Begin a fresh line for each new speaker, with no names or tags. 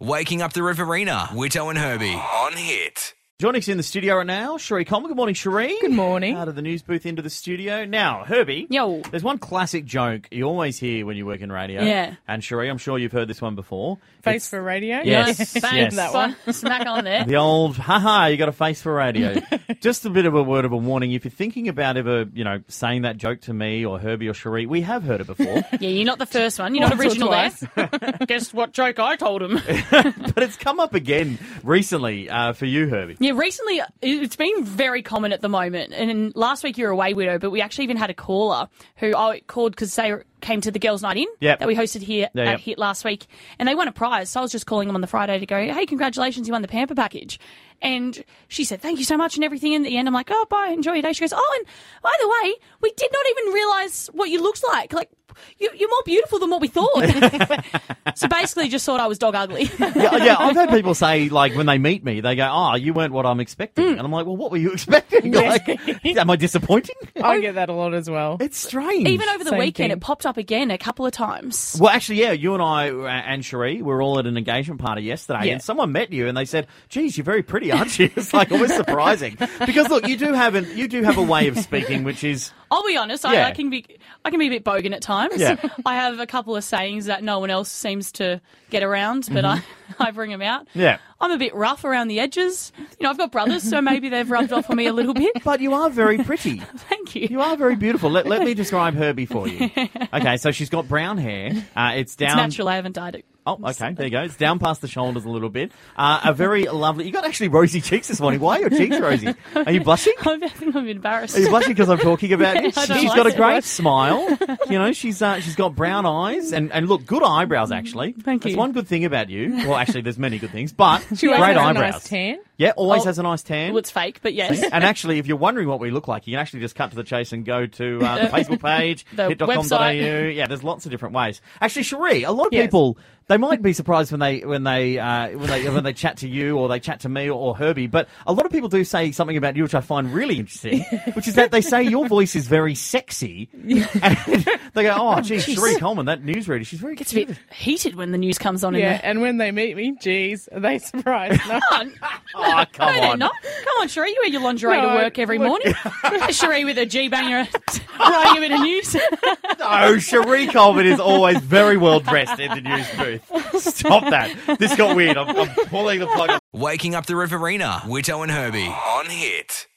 Waking up the Riverina, Witto and Herbie on hit.
Jonic's in the studio right now. Sheree Coleman. Good morning, Sheree.
Good morning.
Uh,
Out of the news booth into the studio. Now, Herbie.
Yo.
There's one classic joke you always hear when you work in radio.
Yeah.
And Sheree, I'm sure you've heard this one before.
Face for radio?
Yes.
Bang,
yes.
that one. Smack on there.
The old, haha, you got a face for radio. Just a bit of a word of a warning. If you're thinking about ever, you know, saying that joke to me or Herbie or Sheree, we have heard it before.
Yeah, you're not the first one. You're not
Once or
original there. Guess what joke I told him?
but it's come up again recently uh, for you, Herbie.
yeah, recently it's been very common at the moment. And last week you were away, widow, but we actually even had a caller who I called because they came to the girls' night in
Yep.
that we hosted here
Yeah,
at
yep.
Hit last week, and they won a prize. So I was just calling them on the Friday to go, hey, congratulations, you won the pamper package. And she said, thank you so much and everything. And at the end, I'm like, oh, bye, enjoy your day. She goes, oh, and by the way, we did not even realise what you looked like. Like, you, you're more beautiful than what we thought. so basically, just thought I was dog ugly.
yeah, yeah, I've had people say, like, when they meet me, they go, oh, you weren't what I'm expecting. And I'm like, well, what were you expecting? Like, am I disappointing?
I get that a lot as well.
It's strange.
Even over the
Same
weekend,
thing.
it popped up again a couple of times.
Well, actually, yeah, you and I uh, and Cherie were all at an engagement party yesterday,
Yeah.
and someone met you and they said, "Geez, you're very pretty, aren't you?" It's like always surprising because look, you do have an you do have a way of speaking, which is
I'll be honest,
Yeah.
I, I can be I can be a bit bogan at times.
Yeah.
I have a couple of sayings that no one else seems to get around, but I, I bring them out.
Mm-hmm. yeah.
I'm a bit rough around the edges. You know, I've got brothers, so maybe they've rubbed off on me a little bit.
But you are very pretty.
Thank you.
You are very beautiful. Let, let me describe Herbie for you. Okay, so she's got brown hair. Uh, it's
it's
down.
natural. I haven't dyed it.
Oh, okay. There you go. It's down past the shoulders a little bit. Uh, a very lovely. You got actually rosy cheeks this morning. Why are your cheeks rosy? Are you blushing?
I think I'm embarrassed.
Are you blushing because I'm talking about you?
I
She's
don't like
got a
it.
great smile. You know, she's uh, she's got brown eyes and, and look, good eyebrows actually.
Mm, Thank
That's
you.
one good thing about you. Well, actually, there's many good things, but
She always
great
has a
eyebrows.
nice tan.
Yeah, always
Oh.
has a nice tan.
Well, it's fake, but yes.
and actually, if you're wondering what we look like, you can actually just cut to the chase and go to uh, the Facebook page,
The
hit.com.au.
website.
Yeah, there's lots of different ways. Actually, Cherie, a lot of
Yes.
people they might be surprised when they when they uh, when they when they chat to you or they chat to me or Herbie, but a lot of people do say something about you which I find really interesting, which is that they say your voice is very sexy. and they go, "Oh, geez, Cherie Coleman, that newsreader, she's very
It's a bit heated when the news comes on in
Yeah,
there.
and when they meet me, geez, are they surprised? No.
Oh, come
No, they're
on.
not. Come on, Sheree, you wear your lingerie
No,
to work every
look-
morning. Sheree with her G banger writing a bit of news.
No, Cherie Coleman Oh, is always very well dressed in the news booth. Stop that. This got weird. I'm, I'm pulling the plug.
Waking up the Riverina, Witto and Herbie on hit.